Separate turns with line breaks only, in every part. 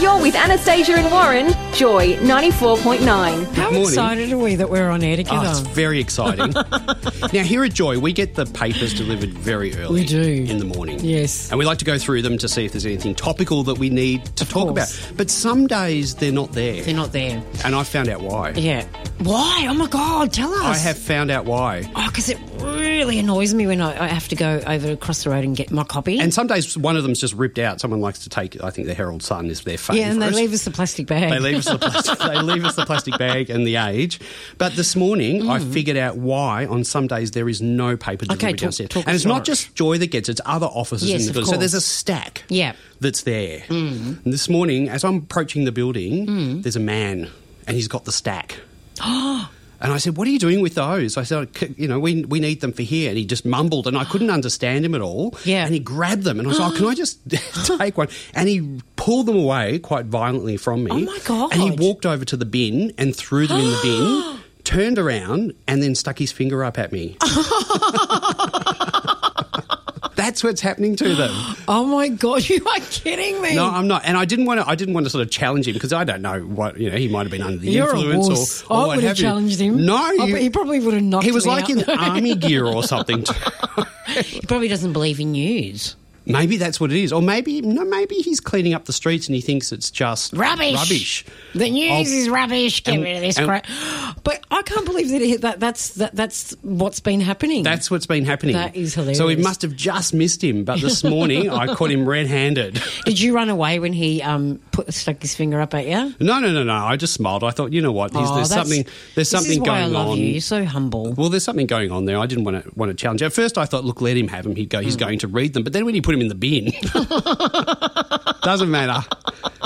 You're with Anastasia and Warren, Joy 94.9.
How
morning.
excited are we that we're on air
Oh,
together?
it's very exciting. now, here at Joy, we get the papers delivered very early.
We do.
In the morning.
Yes.
And we like to go through them to see if there's anything topical that we need to talk
course.
about. But some days they're not there.
They're not there.
and I found out why.
Yeah. Why? Oh my God! Tell us.
I have found out why.
Oh, because it really annoys me when I, I have to go over across the road and get my copy.
And some days one of them's just ripped out. Someone likes to take, I think the Herald Sun is their favourite.
yeah, and they leave us the plastic bag.
They leave us the plastic. they leave us the plastic bag and the age. But this morning, I figured out why on some days there is no paper delivery
Hmm. Okay, talk-
downstairs,
talk
and it's
tomorrow.
not just Joy that gets; it, it's other offices
Yes,
in the
of
building. So there's a
course.
stack.
Yeah. Hmm.
that's there. And this morning, as I'm approaching the building, there's a man, and he's got the stack.
Oh.
And I said, "What are you doing with those?" I said, "C- "You know, we we need them for here." And he just mumbled, and I couldn't understand him at all.
Yeah.
And he grabbed them, and I was like, "Oh, "Can I just take one?" And he pulled them away quite violently from me.
Oh, my God.
And he walked over to the bin and threw them in the bin. Turned around and then stuck his finger up at me. That's what's happening to them.
oh my God! You are kidding me.
No, I'm not, and I didn't want to. I didn't want to sort of challenge him because I don't know what you know. He might have been under the
You're a
influence,
wuss.
or, or
I
what
would have
you.
challenged him.
No,
I bet he probably would have knocked
He was
me
like
out.
in army gear or something. too.
he probably doesn't believe in news.
maybe that's what it is, or maybe no. Maybe he's cleaning up the streets and he thinks it's just
Rubbish.
Rubbish.
The news
I'll-
is rubbish. Get
and-
rid of this
and-
crap. But I can't believe that, it, that that's that, that's what's been happening.
That's what's been happening.
That is
So we
hilarious.
must have just missed him, but this morning I caught him red-handed.
Did you run away when he um put stuck his finger up at you?
No, no, no, no. I just smiled. I thought, you know what? He's,
Oh,
there's
that's-
something. There's
this is
something
why
going
I love
on.
You. You're so humble.
Well, there's something going on there. I didn't want to want to challenge. At first, I thought, look, let him have them. He'd go.
Hmm.
He's going to read them. But then when you put him in the bin, doesn't matter.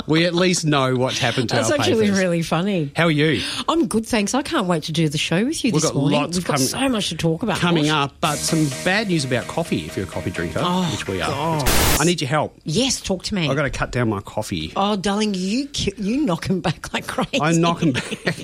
We at least know what's happened to
That's
our
actually
papers.
really funny.
How are you?
I'm good, thanks. I can't wait to do the show with you
We've
this
got
morning.
lots
We've got
coming-
so much to talk about.
Coming up, but some bad news about coffee. If you're a coffee drinker,
Oh,
which we are, I need your help.
Yes, talk to me.
I've got to cut down my coffee.
oh, darling, you ki- you knock him back like crazy.
I knock them back.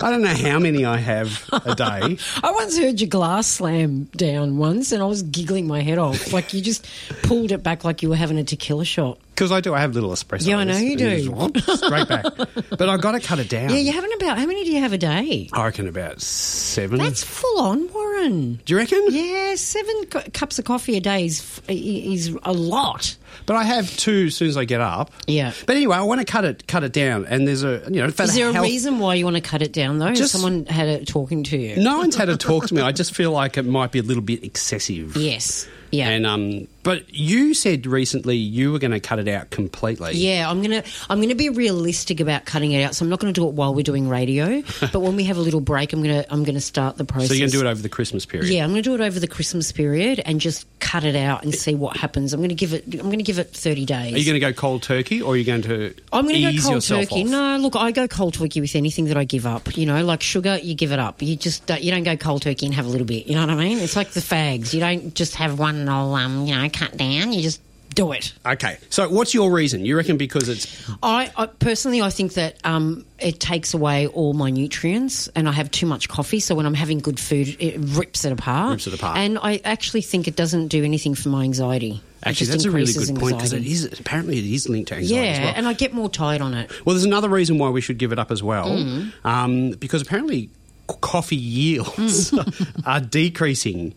I don't know how many I have a day.
I once heard your glass slam down once, and I was giggling my head off. Like you just pulled it back like you were having a tequila shot.
Because I do. I have little espresso.
Yeah, I know you
do. Straight back. But I've got to cut it down.
Yeah, you're having about how many do you have a day?
I reckon about seven.
That's full on, Warren.
do you reckon?
Yeah, seven cu- cups of coffee a day is f- i- is a lot.
But I have two as soon as I get up.
Yeah.
But anyway, I want to cut it cut it down. And there's a you know for
Is
the
there a
health-
reason why you want to cut it down though? Has
Just-
someone had it talking to you?
No one's had a talk to me. I just feel like it might be a little bit excessive.
Yes. Yeah.
And um, but you said recently you were going to cut it out completely.
yeah, I'm gonna I'm gonna be realistic about cutting it out. So I'm not gonna do it while we're doing radio, but when we have a little break, I'm gonna I'm gonna start the process.
So you're going to do it over the Christmas period.
Yeah, I'm going to do it over the Christmas period and just cut it out and see what happens. I'm going to give it. I'm going to give it 30 days.
Are you going to go cold turkey, or are you going to?
I'm going to
ease
go cold
yourself
turkey.
off?
No, look, I go cold turkey with anything that I give up. You know, like sugar, you give it up. You just don't, you don't go cold turkey and have a little bit. You know what I mean? It's like the fags. You don't just have one whole, um, you know, cut down. You just do it.
Okay. So what's your reason? You reckon because it's
I, I personally, I think that um, it takes away all my nutrients, and I have too much coffee. So when I'm having good food, it rips it apart.
Rips it apart.
And I actually think it doesn't do anything for my anxiety. It
actually
just
that's a really
increases
good point because it
anxiety.
is apparently it is linked to anxiety.
Yeah,
as well.
and I get more tired on it.
Well, there's another reason why we should give it up as well,
Mm.
um, because apparently c- coffee yields
Mm.
are decreasing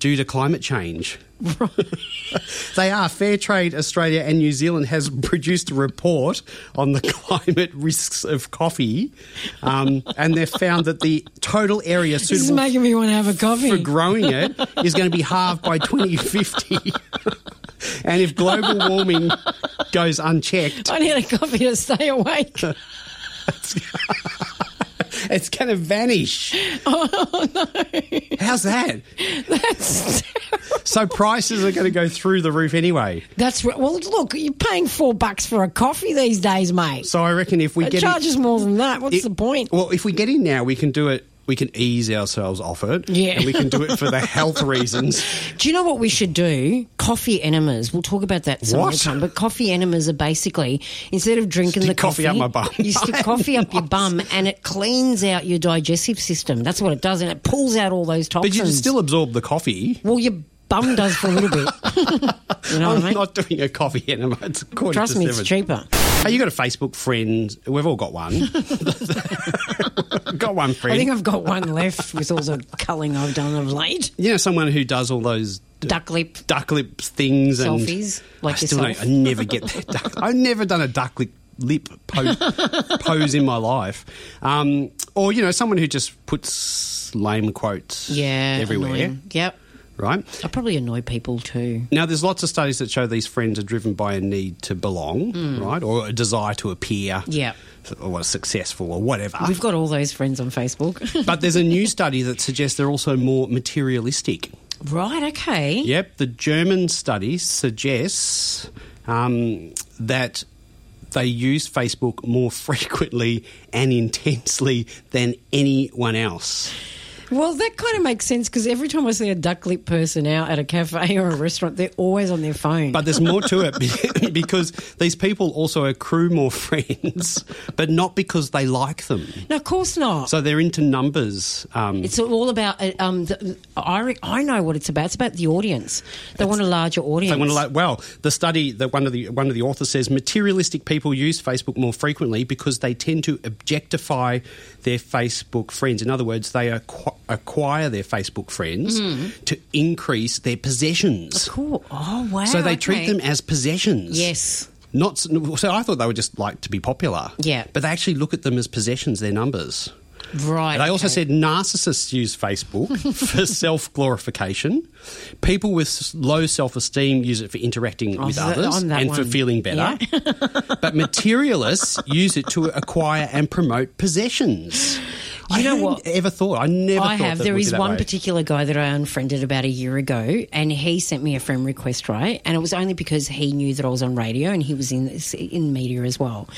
due to climate change. they are. Fair Trade Australia and New Zealand has produced a report on the climate risks of coffee, um, and they've found that the total area suitable
me want to have a coffee.
for growing it is going to be halved by 2050. and if global warming goes unchecked,
I need a coffee to stay awake.
It's going to vanish. Oh, no. How's that?
That's
So prices are going to go through the roof anyway.
that's right. well. Look, you're paying four bucks for a coffee these days, mate.
So I reckon if we
It
get in-
charges more than that. What's the point?
Well, if we get in now, we can do it we can ease ourselves off it.
Yeah.
And we can do it for the health reasons.
Do you know what we should do? Coffee enemas. We'll talk about that some
What?
other time. But coffee enemas are basically instead of drinking
Stick
the coffee,
coffee up my bum.
you stick coffee up your bum, and it cleans out your digestive system. That's what it does, and it pulls out all those
But
toxins.
you can still absorb the coffee.
well, your bum does for a little bit. you know what
I'm
I mean?
not doing a coffee enema. It's a quarter
Trust
to
me,
seven.
it's cheaper.
Hey, you got a Facebook friend? We've all got one. got one friend.
I think I've got one left with all the culling I've done of late.
you know someone who does all those
Duck lip.
duck lip things and
Selfies, like
I still
yourself.
don't- I never get that. Duck, I've never done a duck lip lip pose, pose in my life. Um, or you know someone who just puts lame quotes
Yeah,
everywhere,
annoying. Yep.
right?
I probably annoy people too.
Now, there's lots of studies that show these friends are driven by a need to belong, right, or a desire to appear,
Hmm. Yeah.
or successful or whatever.
We've got all those friends on Facebook.
but there's a new study that suggests they're also more materialistic.
right, okay.
Yep, the German study suggests um, that they use Facebook more frequently and intensely than anyone else.
Well, that kind of makes sense because every time I see a duck lip person out at a cafe or a restaurant, they're always on their phone.
But there's more to it because these people also accrue more friends, but not because they like them.
no, of course not.
So they're into numbers. Um,
it's all about. uh, Um, the, I re- I know what it's about. It's about the audience. They want a larger audience.
they want to like. Well, the study that one of the one of the authors says materialistic people use Facebook more frequently because they tend to objectify their Facebook friends. In other words, they acqu- acquire their Facebook friends
Mm-hmm.
to increase their possessions.
Cool. Oh wow.
So they
okay.
treat them as possessions.
Yes.
Not s- so. I thought they would just like to be popular.
Yeah.
But they actually look at them as possessions. Their numbers.
right.
And They also
okay.
said narcissists use Facebook for self glorification. People with s- low self esteem use it for interacting
Oh,
with
so that-
others
on that
and for
one.
feeling better. but materialists use it to acquire and promote possessions. I
You know
hadn't
what?
Ever thought? I never.
I
thought
have.
That
There
would be
is
that
one
way.
particular guy that I unfriended about a year ago, and he sent me a friend request, right? And it was only because he knew that I was on radio and he was in in media as well.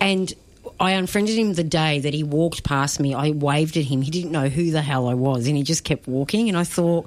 And I unfriended him the day that he walked past me. I waved at him. He didn't know who the hell I was, and he just kept walking. And I thought,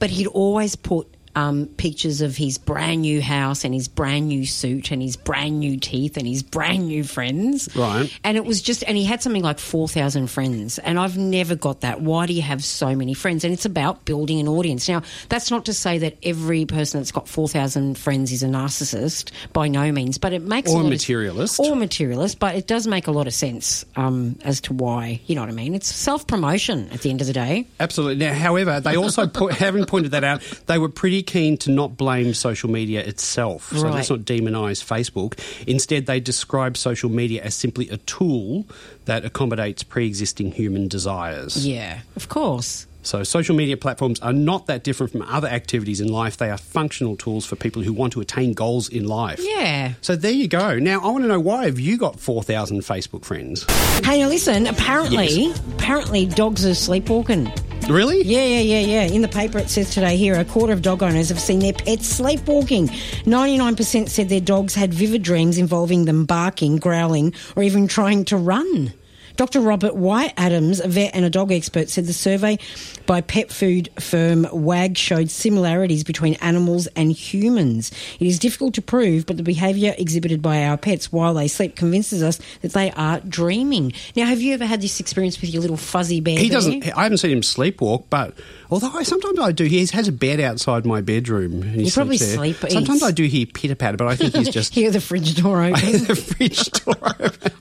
but he'd always put um, pictures of his brand new house and his brand new suit and his brand new teeth and his brand new friends.
Right.
And it was just, and he had something like 4,000 friends. And I've never got that. Why do you have so many friends? And it's about building an audience. Now, that's not to say that every person that's got 4,000 friends is a narcissist, by no means, but it makes a
Or
lot
materialist.
Of, or materialist, but it does make a lot of sense um, as to why. You know what I mean? It's self promotion at the end of the day.
Absolutely. Now, however, they also po- haven't pointed that out. They were pretty keen to not blame social media itself. So
Right.
let's not demonise Facebook. Instead, they describe social media as simply a tool that accommodates pre-existing human desires.
Yeah, of course.
So social media platforms are not that different from other activities in life. They are functional tools for people who want to attain goals in life.
Yeah.
So there you go. Now I want to know why have you got 4,000 Facebook friends?
Hey, now listen, apparently,
Yes.
apparently dogs are sleepwalking.
Really?
Yeah, yeah, yeah, yeah. In the paper, it says today here a quarter of dog owners have seen their pets sleepwalking. 99% said their dogs had vivid dreams involving them barking, growling, or even trying to run. Dr. Robert White Adams, a vet and a dog expert, said the survey by pet food firm WAG showed similarities between animals and humans. It is difficult to prove, but the behaviour exhibited by our pets while they sleep convinces us that they are dreaming. Now, have you ever had this experience with your little fuzzy bear?
He
bear?
doesn't. I haven't seen him sleepwalk, but although I, sometimes I do, he has a bed outside my bedroom. and He
You probably
sleeps there.
sleep, but
Sometimes
he's-
I do hear pitter patter, but I think he's just
Hear the fridge door open.
the fridge door open,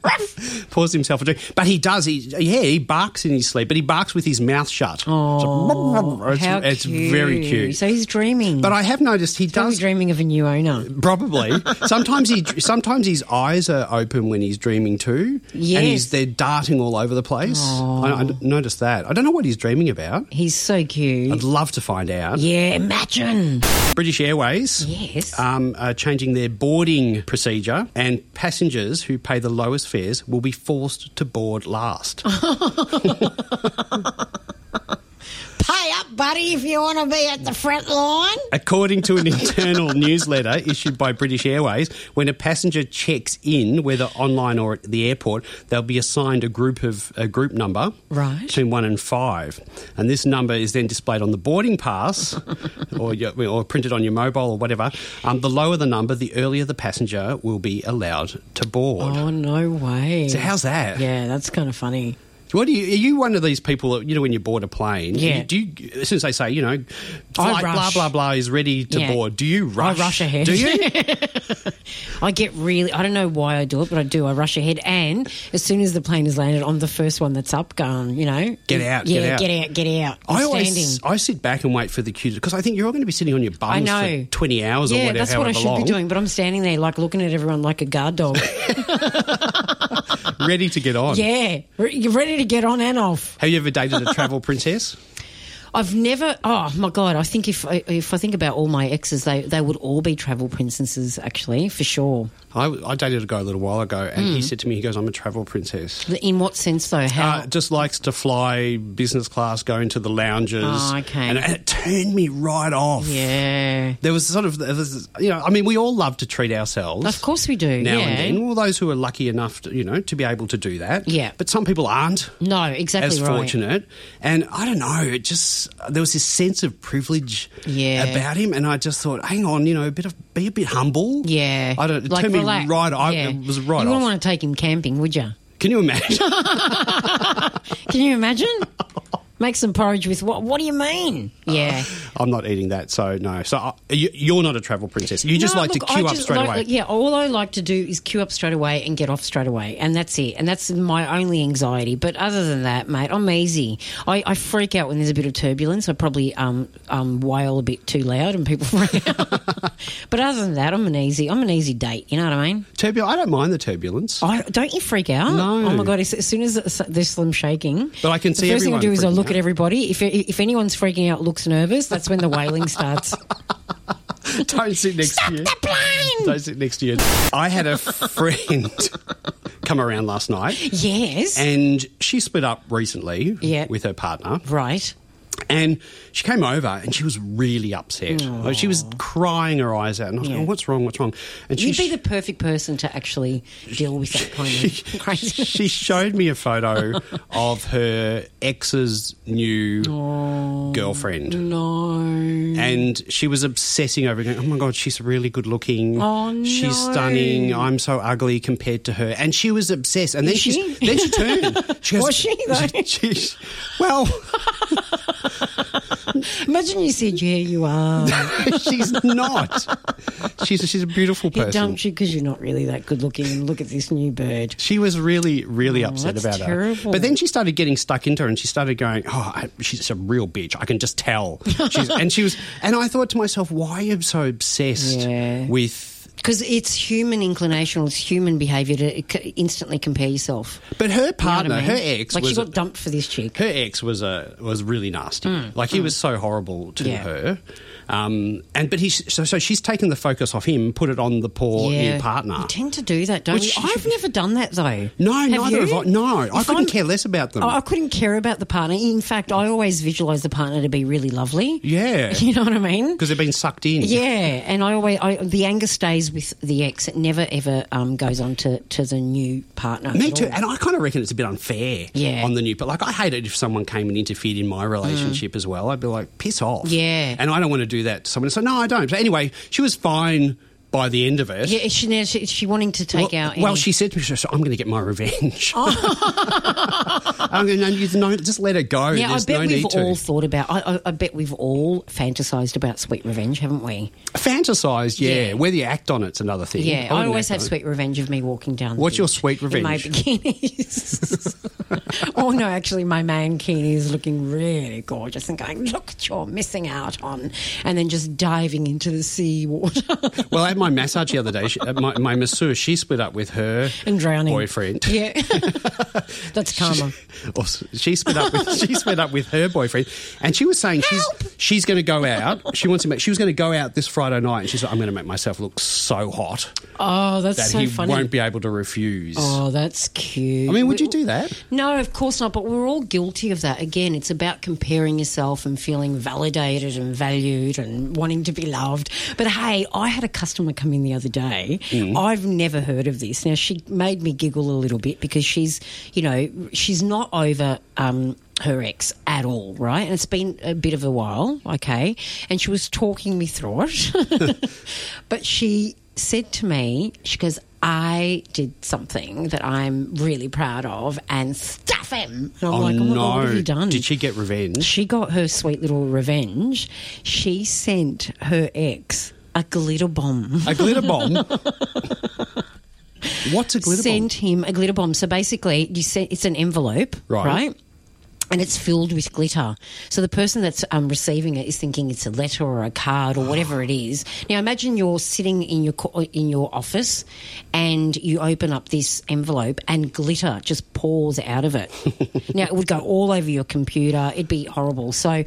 pours himself a drink. But he does. He yeah, he barks in his sleep, but he barks with his mouth shut. Oh, it's,
How
it's very cute.
So he's dreaming.
but I have noticed he
Probably
does
dreaming of a new owner.
Probably. sometimes he sometimes his eyes are open when he's dreaming too, and
Yes.
he's they're darting all over the place. I, I noticed that. I don't know what he's dreaming about.
He's so cute.
I'd love to find out.
Yeah, imagine.
British Airways.
Yes.
Um, are changing their boarding procedure, and passengers who pay the lowest fares will be forced to board last.
Pay up, buddy, if you want to be at the front line.
According to an internal newsletter issued by British Airways, when a passenger checks in, whether online or at the airport, they'll be assigned a group of a group number,
Right.
between one and five, and this number is then displayed on the boarding pass, or your, or printed on your mobile or whatever. Um, the lower the number, the earlier the passenger will be allowed to board.
Oh, no way.
So how's that?
Yeah, that's kind of funny.
What do you? Are you one of these people that you know when you board a plane?
Yeah.
You, do you, since they say you know,
I
flight blah
rush.
blah blah is ready to
Yeah.
board. Do you rush?
rush ahead.
Do you?
I get really, I don't know why I do it, but I do. I rush ahead. And as soon as the plane has landed, I'm the first one that's up, going, you know.
Get out,
Yeah,
get out.
get out, get out. I'm
I
standing.
always I sit back and wait for the queue because I think you're all going to be sitting on your
I
bums
know.
for twenty hours
yeah,
or whatever.
that's what I
however
should
long,
be doing, but I'm standing there like looking at everyone like a guard dog.
ready to get on.
yeah, re- you're ready to get on and off.
Have you ever dated a travel princess?
I've never. Oh my god! I think if I, if I think about all my exes, they they would all be travel princesses, actually, for sure.
I, I dated a guy a little while ago, and he said to me, "He goes, I'm a travel princess."
In what sense, though? Hmm. How?
Uh, just likes to fly business class, going to the lounges.
Oh, okay.
And, and it turned me right off.
yeah,
There was sort of, there was, you know, I mean, we all love to treat ourselves.
of course we do.
Now
yeah.
and then, all those who are lucky enough, to, you know, to be able to do that.
Yeah.
But some people aren't.
No, exactly
as
right.
fortunate. And I don't know, it just there was this sense of privilege
Yeah.
about him, and I just thought, hang on, you know, a bit of be a bit humble.
Yeah,
I don't. It
Like,
turned me
relax.
right. I
Yeah.
it was right
You
off.
wouldn't want to take him camping, would you?
Can you imagine?
Can you imagine? Make some porridge with what? What do you mean? Yeah.
I'm not eating that, so no. So I, you, you're not a travel princess. You just
No,
like
look,
to queue
I
up
just
straight
like-
away.
Yeah, all I like to do is queue up straight away and get off straight away, and that's it. And that's my only anxiety. But other than that, mate, I'm easy. I, I freak out when there's a bit of turbulence. I probably um, um, wail a bit too loud, and people freak out. but other than that, I'm an easy. I'm an easy date. You know what I mean?
Turbul- I don't mind the turbulence.
I, don't you freak out?
No.
Oh my god! As, as soon as it's- there's slim shaking,
But I can
the
see
first thing I
everyone
do is I
freaking
look
out.
at everybody. If if anyone's freaking out, looks nervous, that's when the wailing starts.
don't sit next to you. Don't sit next to you. I had a friend come around last night,
yes.
and she split up recently
Yeah.
with her partner.
right.
And she came over and she was really upset. Like, She was crying her eyes out. And I was going, what's wrong? What's wrong? And she,
You'd be the perfect person to actually deal with that kind of crazy.
she showed me a photo of her ex's new
Mm.
girlfriend.
no.
And she was obsessing over it, going, oh my God, she's really good looking.
Oh,
She's
no.
stunning. I'm so ugly compared to her. And she was obsessed. And then,
Is
she's,
she?
then she turned. She goes,
Was she, though?
She's, well,
Imagine you said, "Yeah, you are."
she's not. She's, she's a beautiful
He
person.
dumped you because you're not really that good looking. And look at this new bird.
She was really, really upset
Oh, that's
about it.
terrible.
But then she started getting stuck into her, and she started going, "Oh, I, she's a real bitch. I can just tell." She's, and she was, and I thought to myself, "Why are you so obsessed
Yeah.
with?"
Because it's human inclination, it's human behaviour to c- instantly compare yourself.
But her
You know what I
partner,
mean?
her ex,
like
was
she got dumped for this chick.
her ex was a was really nasty. like he was so horrible to
Hmm. Yeah.
her. Um, and but he so, so she's taken the focus off him, put it on the poor new partner.
You tend to do that, don't
Which-
you? I've never done that though.
no,
Have
neither
you?
of I. No, I
If
couldn't
I'm- Oh,
care less about them.
I I couldn't care about the partner. In fact, I always visualise the partner to be really lovely.
Yeah.
You know what I mean?
because they've been sucked in.
Yeah, and I always I, the anger stays with the ex. It never ever um, goes on to, to the new partner.
Me
at
too,
all.
and I kind of reckon it's a bit unfair
Yeah.
on the new. But like, I hate it if someone came and interfered in my relationship as well. I'd be like, piss off.
Yeah.
and I don't want to do that to someone. So no, I don't. But anyway, she was fine by the end of it.
Yeah, is she, now- she, is she wanting to
Well,
take out.
well,
any- Oh.
she said to me, she said, I'm going to get my revenge. I'm going to no, just let it go.
Yeah, I
There's
bet
no
we've
need to.
all thought about. I, I, I bet we've all fantasised about sweet revenge, haven't we?
Fantasised, yeah.
Yeah.
Whether you act on it's another thing.
Yeah, I,
wouldn't
always have
act on it.
sweet revenge of me walking down. The
What's your
beach
sweet
in my
revenge?
bikinis. oh no, actually, my mankini is looking really gorgeous and going. Look, what you're missing out on, and then just diving into the sea water.
Well, at my massage the other day, she, uh, my, my masseur, she split up with her
And drowning.
boyfriend.
Yeah. That's karma.
Or s- she split up with she split up with her boyfriend, and she was saying she's she's going to go out. She wants to make she was going to go out this Friday night, and she's like, I'm going to make myself look so hot
Oh, that's
that
so
he
funny.
won't be able to refuse.
Oh, that's cute.
I mean, would you do that?
No, of course not. But we're all guilty of that. Again, it's about comparing yourself and feeling validated and valued and wanting to be loved. But hey, I had a customer come in the other day. I've never heard of this. Now, she made me giggle a little bit because she's, you know, she's not over. Um, her ex at all, right? And it's been a bit of a while, okay? And she was talking me through it. but she said to me, she goes, I did something that I'm really proud of and stuff him. And I'm like, oh my God, what have you done?
Did she get revenge?
She got her sweet little revenge. She sent her ex a glitter bomb.
A glitter bomb. What's a glitter bomb?
sent him a glitter bomb. So basically, you send, it's an envelope,
Right.
right? And it's filled with glitter. So the person that's um, receiving it is thinking it's a letter or a card or whatever it is. Now imagine you're sitting in your co- in your office, and you open up this envelope, and glitter just pours out of it. now it would go all over your computer. It'd be horrible. So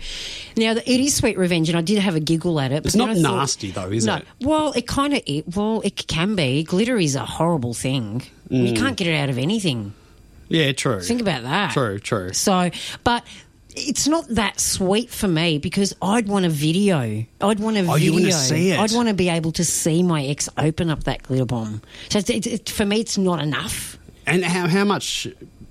now the, it is sweet revenge, and I did have a giggle at it. but
It's
then
not
I thought-
nasty though, is
no.
it?
Well, it kind of it. Well, it can be. Glitter is a horrible thing. You
Mm.
can't get it out of anything.
Yeah, true.
Think about that.
True, true.
So, but it's not that sweet for me because I'd want a video. I'd want a
Oh,
video.
you wanna see it.
I'd want to be able to see my ex open up that glitter bomb. So it's, it's, it's, for me, it's not enough.
And how, how much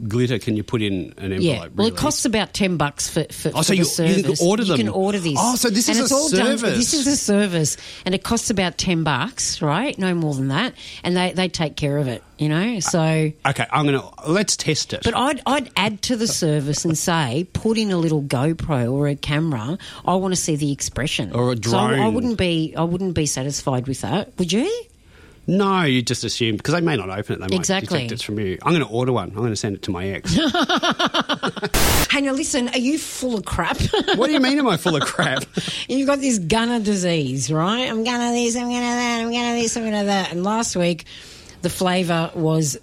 glitter can you put in an envelope?
Yeah. Well, it
really?
costs about ten bucks for, for,
Oh,
for
so
the
you- you
service.
can order
You
them.
can order these.
Oh, so this
and
is
it's
a
all done-
service.
This is a service, and it costs about ten bucks, right? No more than that, and they they take care of it. You know, so.
Okay, I'm gonna let's test it.
But I'd, I'd add to the service and say, put in a little GoPro or a camera. I want to see the expression.
Or a
So I, I
drone.
wouldn't be I wouldn't be satisfied with that. Would you?
no, you just assume because they may not open it. They might
Exactly.
detect it's from you. I'm gonna order one. I'm gonna send it to my ex.
Hey, now listen, are you full of crap?
what do you mean? Am I full of crap?
You've got this gunner disease, right? I'm gonna this, I'm gonna that, I'm gonna this, I'm gonna that. And last week, the flavour was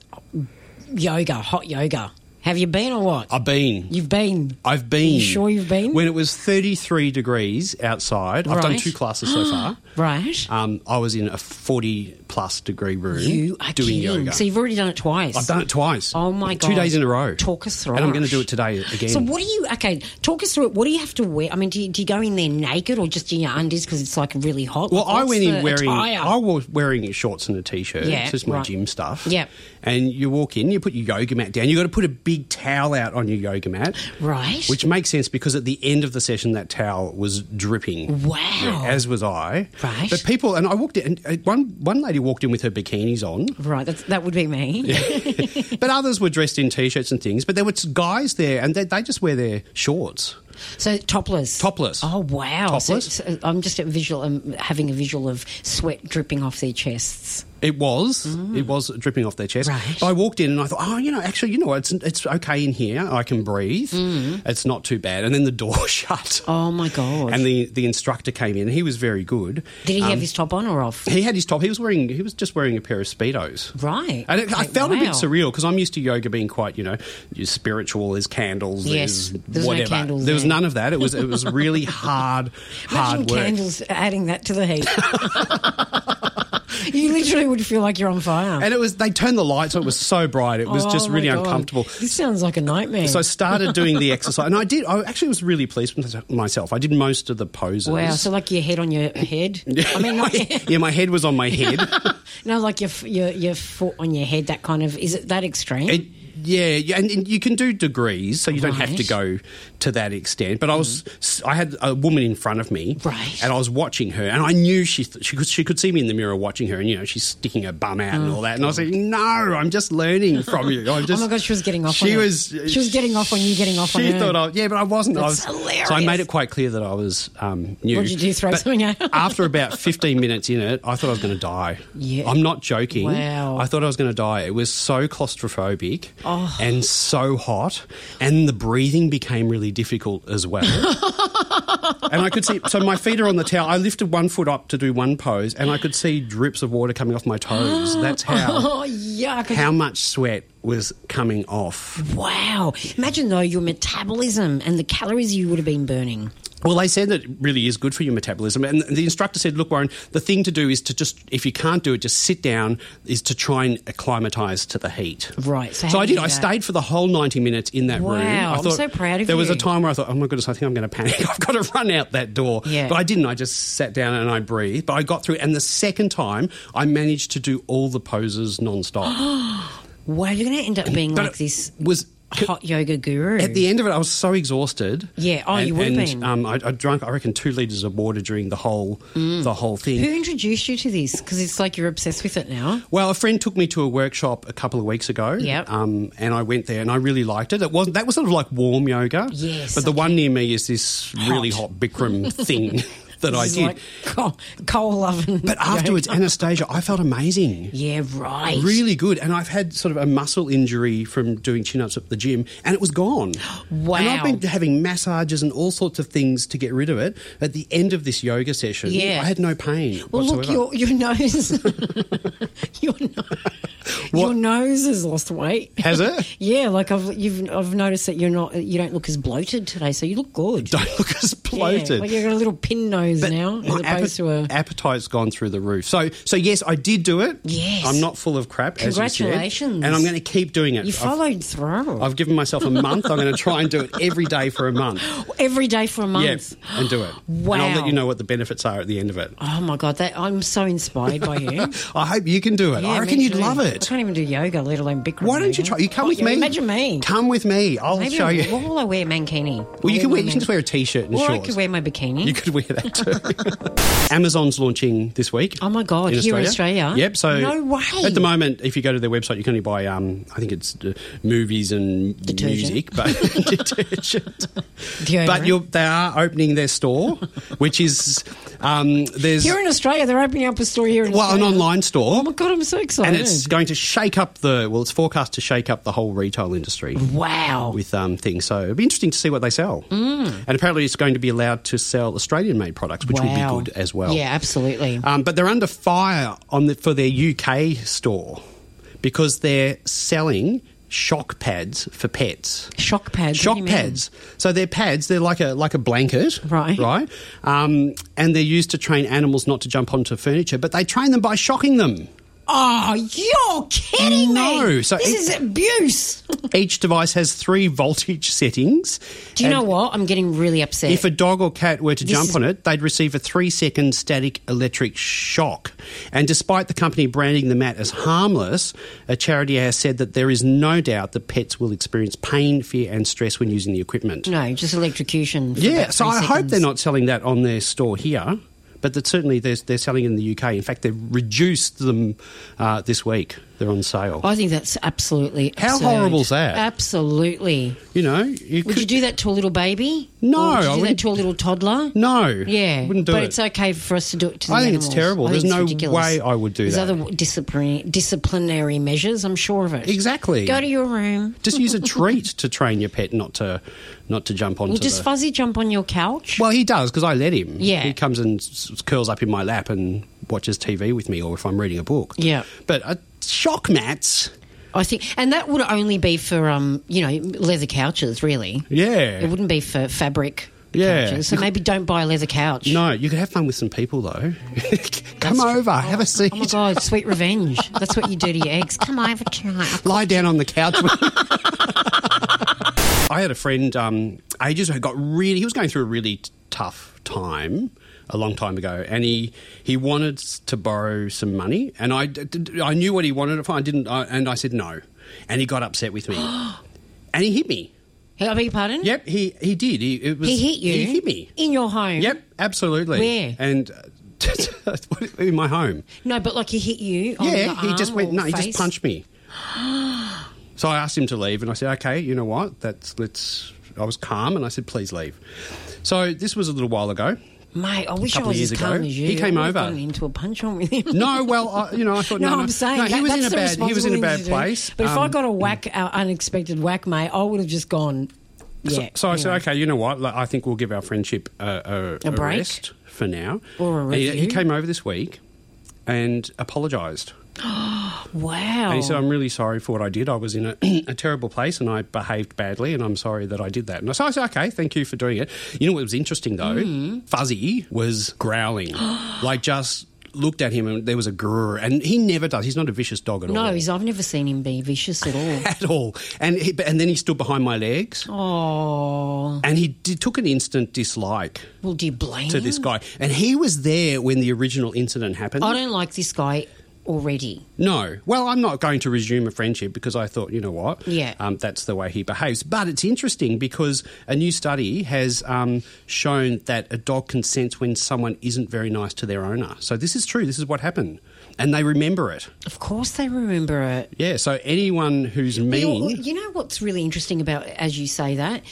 yoga, hot yoga. Have you been or what?
I've been.
You've been.
I've been.
Are you sure you've been?
When it was 33 degrees outside, I've done
Right.
two classes so far.
right.
Um, I was in a 40 plus degree room
you are
doing
kidding.
yoga.
So you've already done it twice.
I've done it twice.
Oh my god!
Two days in a row.
Talk us through.
And I'm
it.
going to do it today again.
So what do you? Okay, talk us through it. What do you have to wear? I mean, do you, do you go in there naked or just in your undies because it's like really hot?
Well,
Like,
I
what's
went in
the
wearing
attire?
I was wearing shorts and a t-shirt.
Yeah,
it's just my
right.
gym stuff.
Yep.
And you walk in, you put your yoga mat down. You got to put a big towel out on your yoga mat.
Right.
Which makes sense because at the end of the session that towel was dripping.
Wow.
Yeah, as was I.
Right.
But people and I walked in and uh, one one lady walked in with her bikinis on,
right. That's, that would be me.
but others were dressed in t-shirts and things, but there were guys there and they, they just wear their shorts.
So topless.
Topless.
Oh wow! So-
Topless.
So, uh, I'm just a visual. I'm having a visual of sweat dripping off their chests.
It was. It was dripping off their chest.
Mm. Right.
But I walked in and I thought, oh, you know, actually, you know, what, it's it's okay in here. I can breathe. It's not too bad. And then the door shut.
Mm. Oh my god!
And the um the instructor came in. He was very good.
Did he have his top on or off?
He had his top. He was wearing. He was just wearing a pair of speedos.
Right.
And it, I
Okay,
felt a bit
wow.
surreal because I'm used to yoga being quite, you know, you're spiritual. There's candles.
Yes,
There's
there was no
whatever.
candles
there was
there.
none of that. It was it was really hard hard
Imagine
work.
candles adding that to the heat. you literally would feel like you're on fire.
And it was they turned the lights. on. It was so bright. It was
Oh
just
my
really
God.
uncomfortable.
This sounds like a nightmare.
So I started doing the exercise, and I did. I actually was really pleased with myself. I did most of the poses.
wow, so like your head on your head. I mean, not,
yeah, my head was on my head.
no, like your f- your your foot on your head. That kind of is it that extreme?
It- yeah, yeah, and, and you can do degrees, so you don't have to go to that extent. But I was, I had a woman in front of me,
Right.
And I was watching her, and I knew she th- she could she could see me in the mirror watching her, and you know she's sticking her bum out and all that. And I was like, no, I'm just learning from you. I'm just,
oh my god, she was getting off.
She
on it.
was.
She was getting off on you getting off on
She
her.
thought I yeah, but I wasn't.
That's
I was,
hilarious.
So I made it quite clear that I was um, new.
What did you do, throw
But
something out?
after about fifteen minutes in it, I thought I was going to die.
Yeah.
I'm not joking.
Wow. Oh.
I thought I was going to die. It was so claustrophobic and so hot, and the breathing became really difficult as well. and I could see. So my feet are on the towel. I lifted one foot up to do one pose, and I could see drips of water coming off my toes. That's how
Oh, yuck.
how much sweat was coming off.
Wow. Imagine, though, your metabolism and the calories you would have been burning.
Well, they said that it really is good for your metabolism, and the instructor said, "Look, Warren, the thing to do is to just if you can't do it, just sit down. Is to try and acclimatise to the heat."
Right, so
So,
how
I
did you
did. I
do that?
stayed for the whole ninety minutes in that room.
Wow,
I
I'm so proud of
There was
you.
a time where I thought, "Oh my goodness, I think I'm going to panic. I've got to run out that door."
Yeah.
But I didn't. I just sat down and I breathed. But I got through. it. And the second time, I managed to do all the poses non-stop.
Wow, you're going to end up being
But
like
it
this
was
hot yoga guru.
at the end of it, I was so exhausted.
Yeah. Oh,
and,
you would've
and,
been.
Um, I, I drank, I reckon, two liters of water during the whole the whole thing.
Who introduced you to this? Because it's like you're obsessed with it now.
Well, a friend took me to a workshop a couple of weeks ago.
Yep.
Um, and I went there and I really liked it. It was that was sort of like warm yoga.
Yes,
But the
okay.
one near me is this really hot Bikram thing that I
It's
did.
like coal, coal oven.
but afterwards, Anastasia, I felt amazing.
yeah, right.
Really good, and I've had sort of a muscle injury from doing chin ups at the gym, and it was gone.
Wow.
And I've been having massages and all sorts of things to get rid of it. At the end of this yoga session,
Yeah.
I had no pain.
Well,
whatsoever.
look, your your nose, your, no- your nose has lost weight.
Has it?
Yeah, like I've you've I've noticed that you're not you don't look as bloated today, so you look good.
don't look as
Yeah,
bloated.
like you've got a little pin nose
But
now, as
my
opposed
appet-
to a.
appetite's gone through the roof. So, so yes, I did do it.
Yes.
I'm not full of crap. as you said.
Congratulations.
and I'm going to keep doing it.
You
I've-
followed through
I've, given myself a month. I'm going to try and do it every day for a month.
every day for a month.
Yes, and do it. And I'll
Wow.
let you know what the benefits are at the end of it.
Oh my god, that I'm so inspired by you.
I hope you can do it.
Yeah,
I reckon
me
you'd
too.
love
I
it.
can't even do yoga, let alone Bikram.
Why don't you
yoga.
try? You come
Fuck
with me.
Oh, Imagine me.
Come with me. I'll
Maybe
show
I'll-
you.
What will I wear? Mankini.
Well,
I'll
you can wear,
my
you can just wear a t-shirt and
Or I
shorts.
could wear my bikini.
You could wear that too. Amazon's launching this week.
Oh my God, here in Australia?
Yep. So
No way.
At the moment, if you go to their website, you can only buy um, I think it's uh, movies and
Detergent.
music, but detergent.
Deodorant.
But you're, they are opening their store, which is um, there's
Here in Australia, they're opening up a store here in
well an
Australia.
online store.
Oh my god, I'm so
and
excited!
it's going to shake up the well. It's forecast to shake up the whole retail industry
wow.
with um, things. So it'll be interesting to see what they sell. Mm. And apparently, it's going to be allowed to sell Australian made products, which
Wow.
will be good as well.
Yeah, absolutely.
Um, but they're under fire on the, for their UK store because they're selling shock pads for pets.
Shock pads. what do
Shock
you mean?
pads. So they're pads. They're like a like a blanket,
Right.
Right. Um, and they're used to train animals not to jump onto furniture, but they train them by shocking them.
Oh, you're kidding me!
No, so
this
it-
is abuse.
Each device has three voltage settings.
Do you
and
know what? I'm getting really upset.
If a dog or cat were to jump
is-
on it, they'd receive a three second static electric shock. And despite the company branding the mat as harmless, a charity has said that there is no doubt that pets will experience pain, fear, and stress when using the equipment.
no, just electrocution. for
yeah,
about
so
three
I hope they're
seconds.
not selling that on their store here. But that certainly they're, they're selling in the UK. In fact, they've reduced them uh, this week. They're on sale.
I think that's absolutely
How
absurd.
horrible's that?
Absolutely.
you know, you
Would
could-
you do that to a little baby?
No,
Or would you
I
do that
wouldn't-
to a little toddler?
no,
Yeah,
wouldn't do
but
it.
it's okay for us to do it to. The
I think it's
animals.
terrible.
I think it's
There's no
ridiculous.
way I would do
There's
that.
other w- disciplinary disciplinary measures. I'm sure of it.
Exactly.
Go to your room.
just use a treat to train your pet not to not to jump onto
Will just
the.
fuzzy jump on your couch?
well, he does because I let him.
Yeah.
he comes and s- s- curls up in my lap and watches TV with me, or if I'm reading a book.
Yeah.
but uh, shock mats.
I think, and that would only be for um, you know, leather couches. Really, it
Yeah.
wouldn't be for fabric.
Yeah.
couches. So maybe don't buy a leather couch.
No, you could have fun with some people though. Come
That's-
over, have a seat.
Oh my god, sweet revenge. That's what you do to your eggs. Come over tonight.
Lie down on the couch. I had a friend um, ages who got really. He was going through a really t- tough time a long time ago, and he he wanted s- to borrow some money, and I d- d- I knew what he wanted it for. I didn't, I, and I said no, and he got upset with me, and he hit me.
Hey, I beg your pardon.
Yep, he he did. He it was
He hit you.
He hit me.
in your home.
Yep, absolutely.
Where?
and. uh, In my home,
No, but like he hit you. on
yeah,
the
he just
arm
went.
or
No, he
face?
just punched me. so I asked him to leave, and I said, "Okay, you know what? That's let's." I was calm, and I said, "Please leave." So this was a little while ago.
Mate, I wish I
couple
was
of years
as calm
ago.
as you.
He
I
came
would have
over.
Gotten into a punch on with him.
No, well, I, you know, I thought no,
no,
no,
I'm saying
no, he
that-
was in a
that's the
bad he was in
responsible
a
thing
bad
to do.
place.
But if I
Um,
got a whack, uh, unexpected whack, mate, I would have just gone. Yeah.
So I said,
anyway.
okay, you know what? Like, I think we'll give our friendship a, a,
A break?
rest for now.
Or a
And he, he
review?
came over this week and apologised.
Wow.
And he said, I'm really sorry for what I did. I was in a, a terrible place and I behaved badly and I'm sorry that I did that. And I said, I said, okay, thank you for doing it. You know what was interesting though? Fuzzy was growling, like just looked at him and there was a grrr. And he never does. He's not a vicious dog at all.
no, he's, I've never seen him be vicious at all.
at all. And, he, and then he stood behind my legs
Oh,
and he did, took an instant dislike
well, do you blame
to
him?
this guy. And he was there when the original incident happened.
I don't like this guy already.
No. Well, I'm not going to resume a friendship because I thought, you know what?
Yeah.
Um, that's the way he behaves. But it's interesting because a new study has um, shown that a dog can sense when someone isn't very nice to their owner. So this is true. This is what happened. And they remember it.
Of course, they remember it.
Yeah. So anyone who's mean.
You know, you know what's really interesting about as you say that?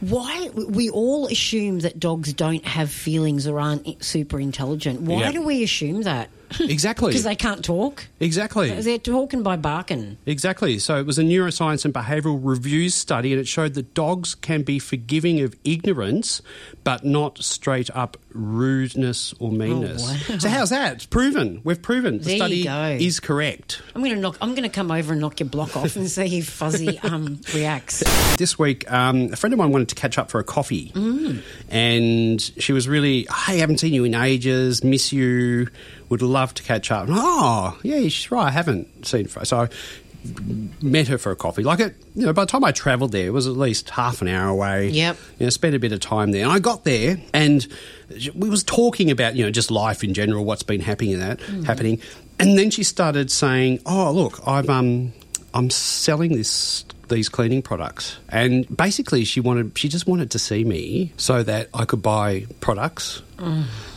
Why we all assume that dogs don't have feelings or aren't i- super intelligent. Why
Yeah.
do we assume that?
Exactly.
Because they can't talk.
Exactly.
They're talking by barking.
Exactly. So it was a neuroscience and behavioural reviews study, and it showed that dogs can be forgiving of ignorance, but not straight up rudeness or meanness.
Oh, wow.
So how's that? It's proven. We've proven the
There you
study
go.
is correct.
I'm gonna knock. I'm gonna come over and knock your block off and see if Fuzzy um, reacts.
This week, um, a friend of mine wanted to catch up for a coffee,
Mm.
and she was really, "Hey, I haven't seen you in ages. Miss you. Would love to catch up." And, oh, yeah, she's right. I haven't seen for so. I Met her for a coffee. Like it, you know. By the time I travelled there, it was at least half an hour away.
Yep.
You know, spent a bit of time there. And I got there, and we was talking about you know just life in general, what's been happening and that happening. And then she started saying, "Oh, look, I'm um, I'm selling this these cleaning products." And basically, she wanted she just wanted to see me so that I could buy products,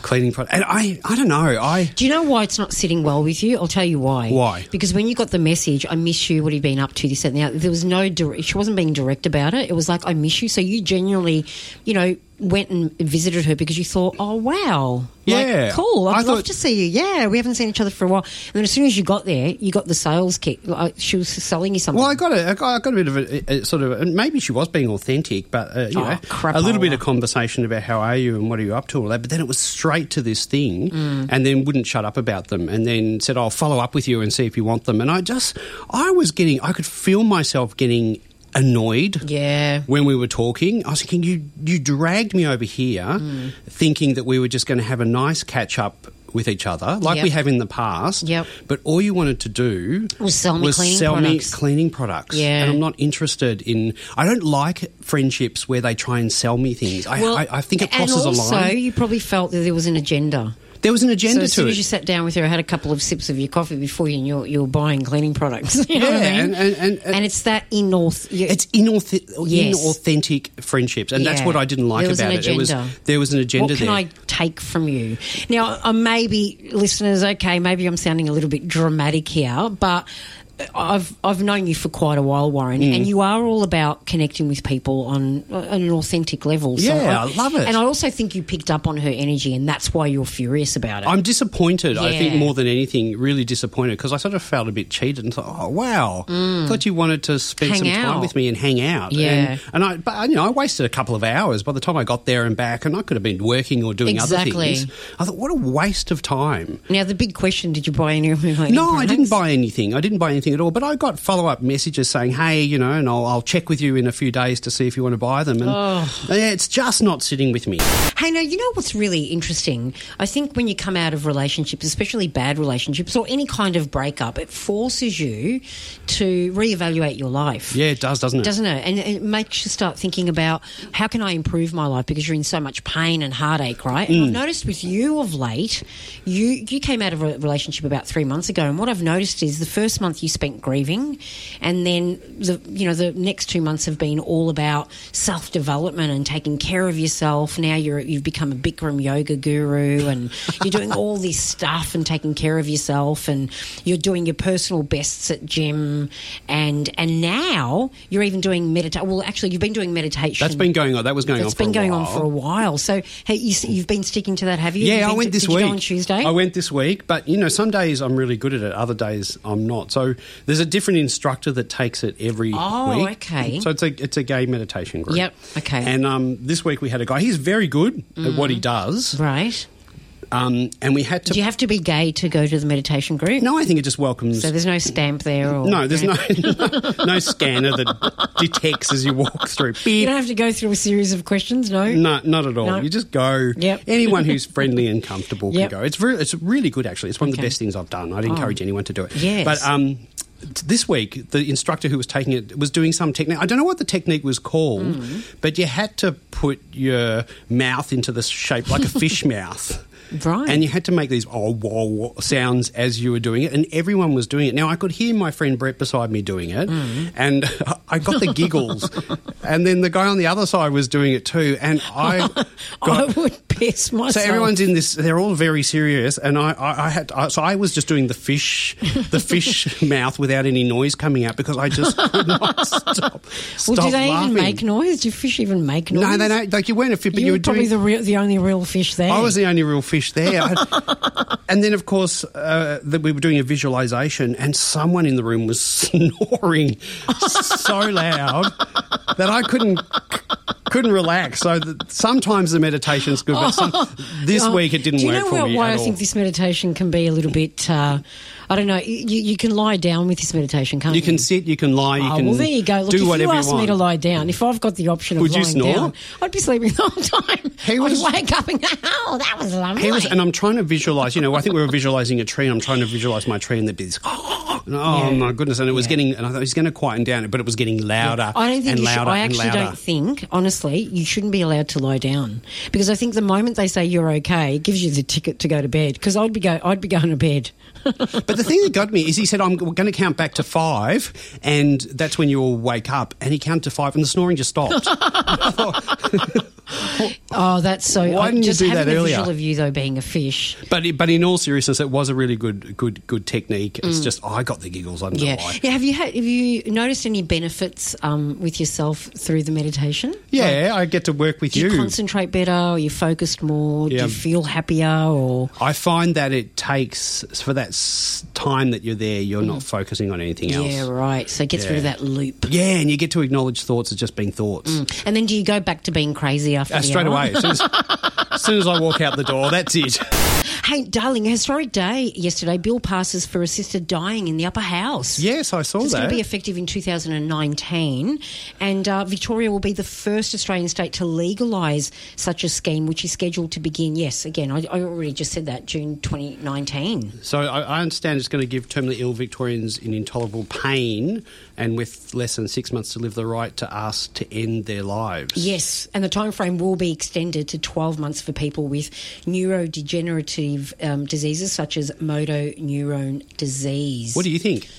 cleaning products. And I I don't know. I
Do you know why it's not sitting well with you? I'll tell you why.
Why?
Because when you got the message, I miss you, what have you been up to, this, that, and the other, there was no direct, she wasn't being direct about it. It was like, I miss you. So you genuinely, you know, went and visited her because you thought, oh, wow.
Yeah.
Like, cool. I'd
I
love
thought-
to see you. Yeah. We haven't seen each other for a while. And then as soon as you got there, you got the sales kick. Like, she was selling you something.
Well, I got a, I got, I got a bit of a, a- a sort of, and maybe she was being authentic, but uh, you
Oh,
know,
crap,
a little bit
Ola.
of conversation about how are you and what are you up to and all that. But then it was straight to this thing,
Mm.
and then wouldn't shut up about them, and then said, "I'll follow up with you and see if you want them." And I just, I was getting, I could feel myself getting annoyed.
yeah.
When we were talking, I was thinking you you dragged me over here,
Mm.
thinking that we were just going to have a nice catch up with each other, like
Yep.
we have in the past.
Yep.
But all you wanted to do
Was sell me cleaning
sell
products.
me cleaning products.
Yeah.
And I'm not interested in. I don't like friendships where they try and sell me things. I, I, I think it crosses
and also,
a line.
you probably felt that there was an agenda.
There was an
So
agenda
as soon
to
as you
it.
sat down with her, had a couple of sips of your coffee before you knew it, you were buying cleaning products. You know what I
Yeah,
mean?
and- and- and-
and it's that in North.
It's inauth-
Yes.
inauthentic friendships, and that's
Yeah.
what I didn't like
There was
about
an
it. It was
agenda.
there was an agenda
What can
there.
I take from you? Now, uh, maybe listeners, okay, maybe I'm sounding a little bit dramatic here, but I've I've known you for quite a while, Warren,
Mm.
and you are all about connecting with people on, on an authentic level.
Yeah, I love it.
And I also think you picked up on her energy, and that's why you're furious about it.
I'm disappointed. I think
Yeah.
more than anything, really disappointed because I sort of felt a bit cheated and thought, "Oh wow, thought you wanted to spend
Mm. Hang
some
out.
time with me and hang out."
Yeah.
and, and I, but you know, I wasted a couple of hours by the time I got there and back, and I could have been working or doing
Exactly.
other things. I thought, what a waste of time.
now, the big question: Did you buy any of her? cleaning
No, I didn't
products?
buy anything. I didn't buy anything at all. But I got follow up messages saying, "Hey, you know, and I'll, I'll check with you in a few days to see if you want to buy them." And yeah, it's just not sitting with me.
Hey, now, you know what's really interesting? I think when you come out of relationships, especially bad relationships or any kind of breakup, it forces you to reevaluate your life.
Yeah, it does, doesn't it?
Doesn't it? And it makes you start thinking about how can I improve my life because you're in so much pain and heartache, right? And I've noticed with you of late, you you came out of a relationship about three months ago, and what I've noticed is the first month you spent grieving, and then the you know the next two months have been all about self development and taking care of yourself. Now you're you've become a Bikram yoga guru, and you're doing all this stuff and taking care of yourself, and you're doing your personal bests at gym, and and now you're even doing meditation. Well, actually, you've been doing meditation.
That's been going on. That was going on.
That's
for
been
a
going on
while.
for a while. So hey, you, s- you've been sticking to that, have you? You've
Yeah, I
been-
went this
did you
week.
go on Tuesday.
I went this week, but you know, some days I'm really good at it, other days I'm not. So There's a different instructor that takes it every
Oh,
week.
okay.
So it's a it's a gay meditation group.
Yep, okay. Mm.
And um, this week we had a guy. He's very good at what he does.
Right.
Um, and we had to.
Do you have to be gay to go to the meditation group?
no, I think it just welcomes.
So there's no stamp there or
no, there's no no scanner that detects as you walk through.
You
Beep.
don't have to go through a series of questions, no?
No, not at all.
No.
You just go.
Yep.
Anyone who's friendly and comfortable
Yep.
can go. It's re- it's really good actually. It's one of the
Okay. Oh.
best things I've done. I'd encourage anyone to do it.
Yes.
But um, t- this week the instructor who was taking it was doing some technique. I don't know what the technique was called,
Hmm.
but you had to put your mouth into the shape like a fish mouth.
Right.
And you had to make these oh whoa, whoa sounds as you were doing it, and everyone was doing it. Now I could hear my friend Brett beside me doing it,
Mm.
and I got the giggles. and then the guy on the other side was doing it too, and I
I
got.
would piss myself.
So everyone's in this. They're all very serious, and I, I, I had. I, so I was just doing the fish, the fish mouth without any noise coming out because I just could not
Well,
stop. stop
do they
laughing.
even make noise? Do fish even make noise?
No, they don't. Like you weren't a fit, but you,
you
were
were probably
doing.
the, real, the only real fish there.
I was the only real fish there. and then, of course, uh, that we were doing a visualization, and someone in the room was snoring so loud that I couldn't couldn't relax. So that sometimes the meditation's good, but some, this
Oh,
week it didn't
do you
work
know
for
what-
me
why
at
I
all.
think this meditation can be a little bit? Uh, I don't know. You, you can lie down with this meditation, can't you?
you can sit, you can lie, you
Oh,
can
well, there you go. Look,
do
if you
whatever
asked
want.
me to lie down, if I've got the option of
Would you
lying
snore?
down, I'd be sleeping the whole time.
He was-
I'd wake up and go, "Oh, that was lovely."
He was, and I'm trying to visualize. You know, I think we were visualizing a tree. and I'm trying to visualize my tree, and there'd be this. Oh my goodness! And it was getting. And I thought it was going to quieten down, but it was getting louder
I don't think
and
you
louder
should. I
and
actually
louder.
don't think, honestly, you shouldn't be allowed to lie down because I think the moment they say you're okay, it gives you the ticket to go to bed. Because I'd be go, I'd be going to bed.
But the thing that got me is he said, "I'm going to count back to five, and that's when you'll wake up." And he counted to five, and the snoring just stopped.
Oh, that's so.
Why
I-
didn't you
just
do
having
that
a
earlier?
visual of you though being a fish.
but it, but in all seriousness, it was a really good good good technique. It's just oh, I got the giggles. I don't
Mm. Yeah.
know why.
yeah. Have you had, have you noticed any benefits um, with yourself through the meditation?
Yeah, I get to work with
Do you,
you.
concentrate better? Are you focused more? Do
Yeah.
you feel happier? Or
I find that it takes for that s- time that you're there, you're not focusing on anything else.
yeah, right. So it gets rid of
Yeah.
that loop.
Yeah, and you get to acknowledge thoughts as just being thoughts.
And then do you go back to being crazy after
Uh,
the
straight
hour?
away. As soon as, as soon as I walk out the door, that's it.
Hey, darling, a historic day yesterday. Bill passes for a sister dying in the upper house.
Yes, I saw
It's going
that.
to be effective in 2019, and uh, Victoria will be the first Australian state to legalise such a scheme, which is scheduled to begin. Yes, again, I, I already just said that June 2019.
so I, I understand it's going to give terminally ill Victorians in intolerable pain and with less than six months to live the right to ask to end their lives.
Yes, and the time frame will be extended to 12 months for people with neurodegenerative um, diseases such as motor neuron disease.
What do you think?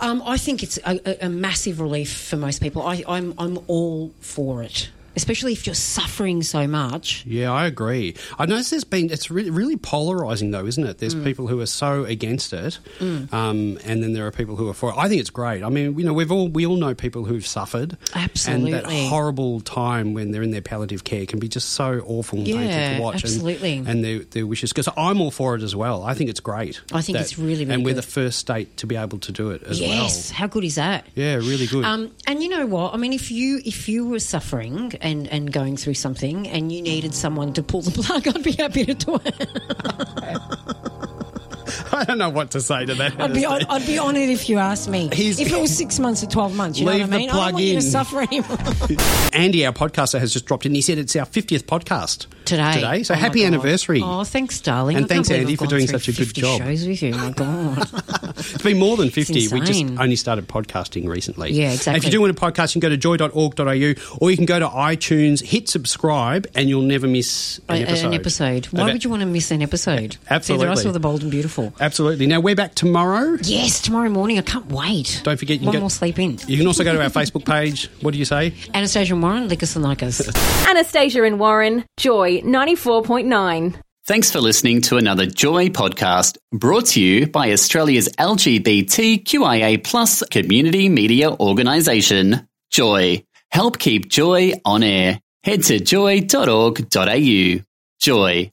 Um, I think it's a, a, a massive relief for most people. I, I'm, I'm all for it, especially if you're suffering so much.
Yeah, I agree. I notice there's been it's really, really polarizing though, isn't it? There's
Mm.
people who are so against it, um, and then there are people who are for it. I think it's great. I mean, you know, we've all we all know people who've suffered, and that
Absolutely.
horrible time when they're in their palliative care can be just so awful and painful
Yeah,
to watch. and-
absolutely.
and, their, their wishes. Because I'm all for it as well. I think it's great.
I think it's really, really
and we're
good.
the first state to be able to do it as
yes,
well.
how good is that?
Yeah, really good.
Um, and you know what? I mean, if you if you were suffering and, and going through something and you needed someone to pull the plug, I'd be happy to do it.
I don't know what to say to that.
I'd be on, I'd be on it if you asked me.
He's-
if it was six months or twelve months, you
Leave
know what
the
I mean. I
plug
don't want you
in.
to suffer anymore.
Andy, our podcaster, has just dropped in. He said it's our 50th podcast
today.
Today. So
Oh, my
happy
God.
anniversary.
Oh, thanks, darling.
And
I can't
thanks,
believe
Andy,
I've
for
gone
doing
through
such a good
50
job.
Shows with you, my God.
It's been more than 50. We just
insane.
only started podcasting recently.
Yeah, exactly.
If you do want to podcast, you can go to joy.org.au or you can go to iTunes, hit subscribe, and you'll never miss an
A-
episode.
An episode. Why
About-
would you want to miss an episode?
Absolutely.
It's Either us or the bold and beautiful.
Absolutely. Now, we're back tomorrow.
Yes, tomorrow morning. I can't wait.
Don't forget, you can
one
go-
more sleep in.
You can also go to our Facebook page. What do you say?
Anastasia Warren, lick us and like us.
Anastasia and Warren, Joy 94.9.
Thanks for listening to another Joy podcast brought to you by Australia's LGBTQIA plus community media organisation, Joy. Help keep Joy on air. Head to joy.org.au. Joy,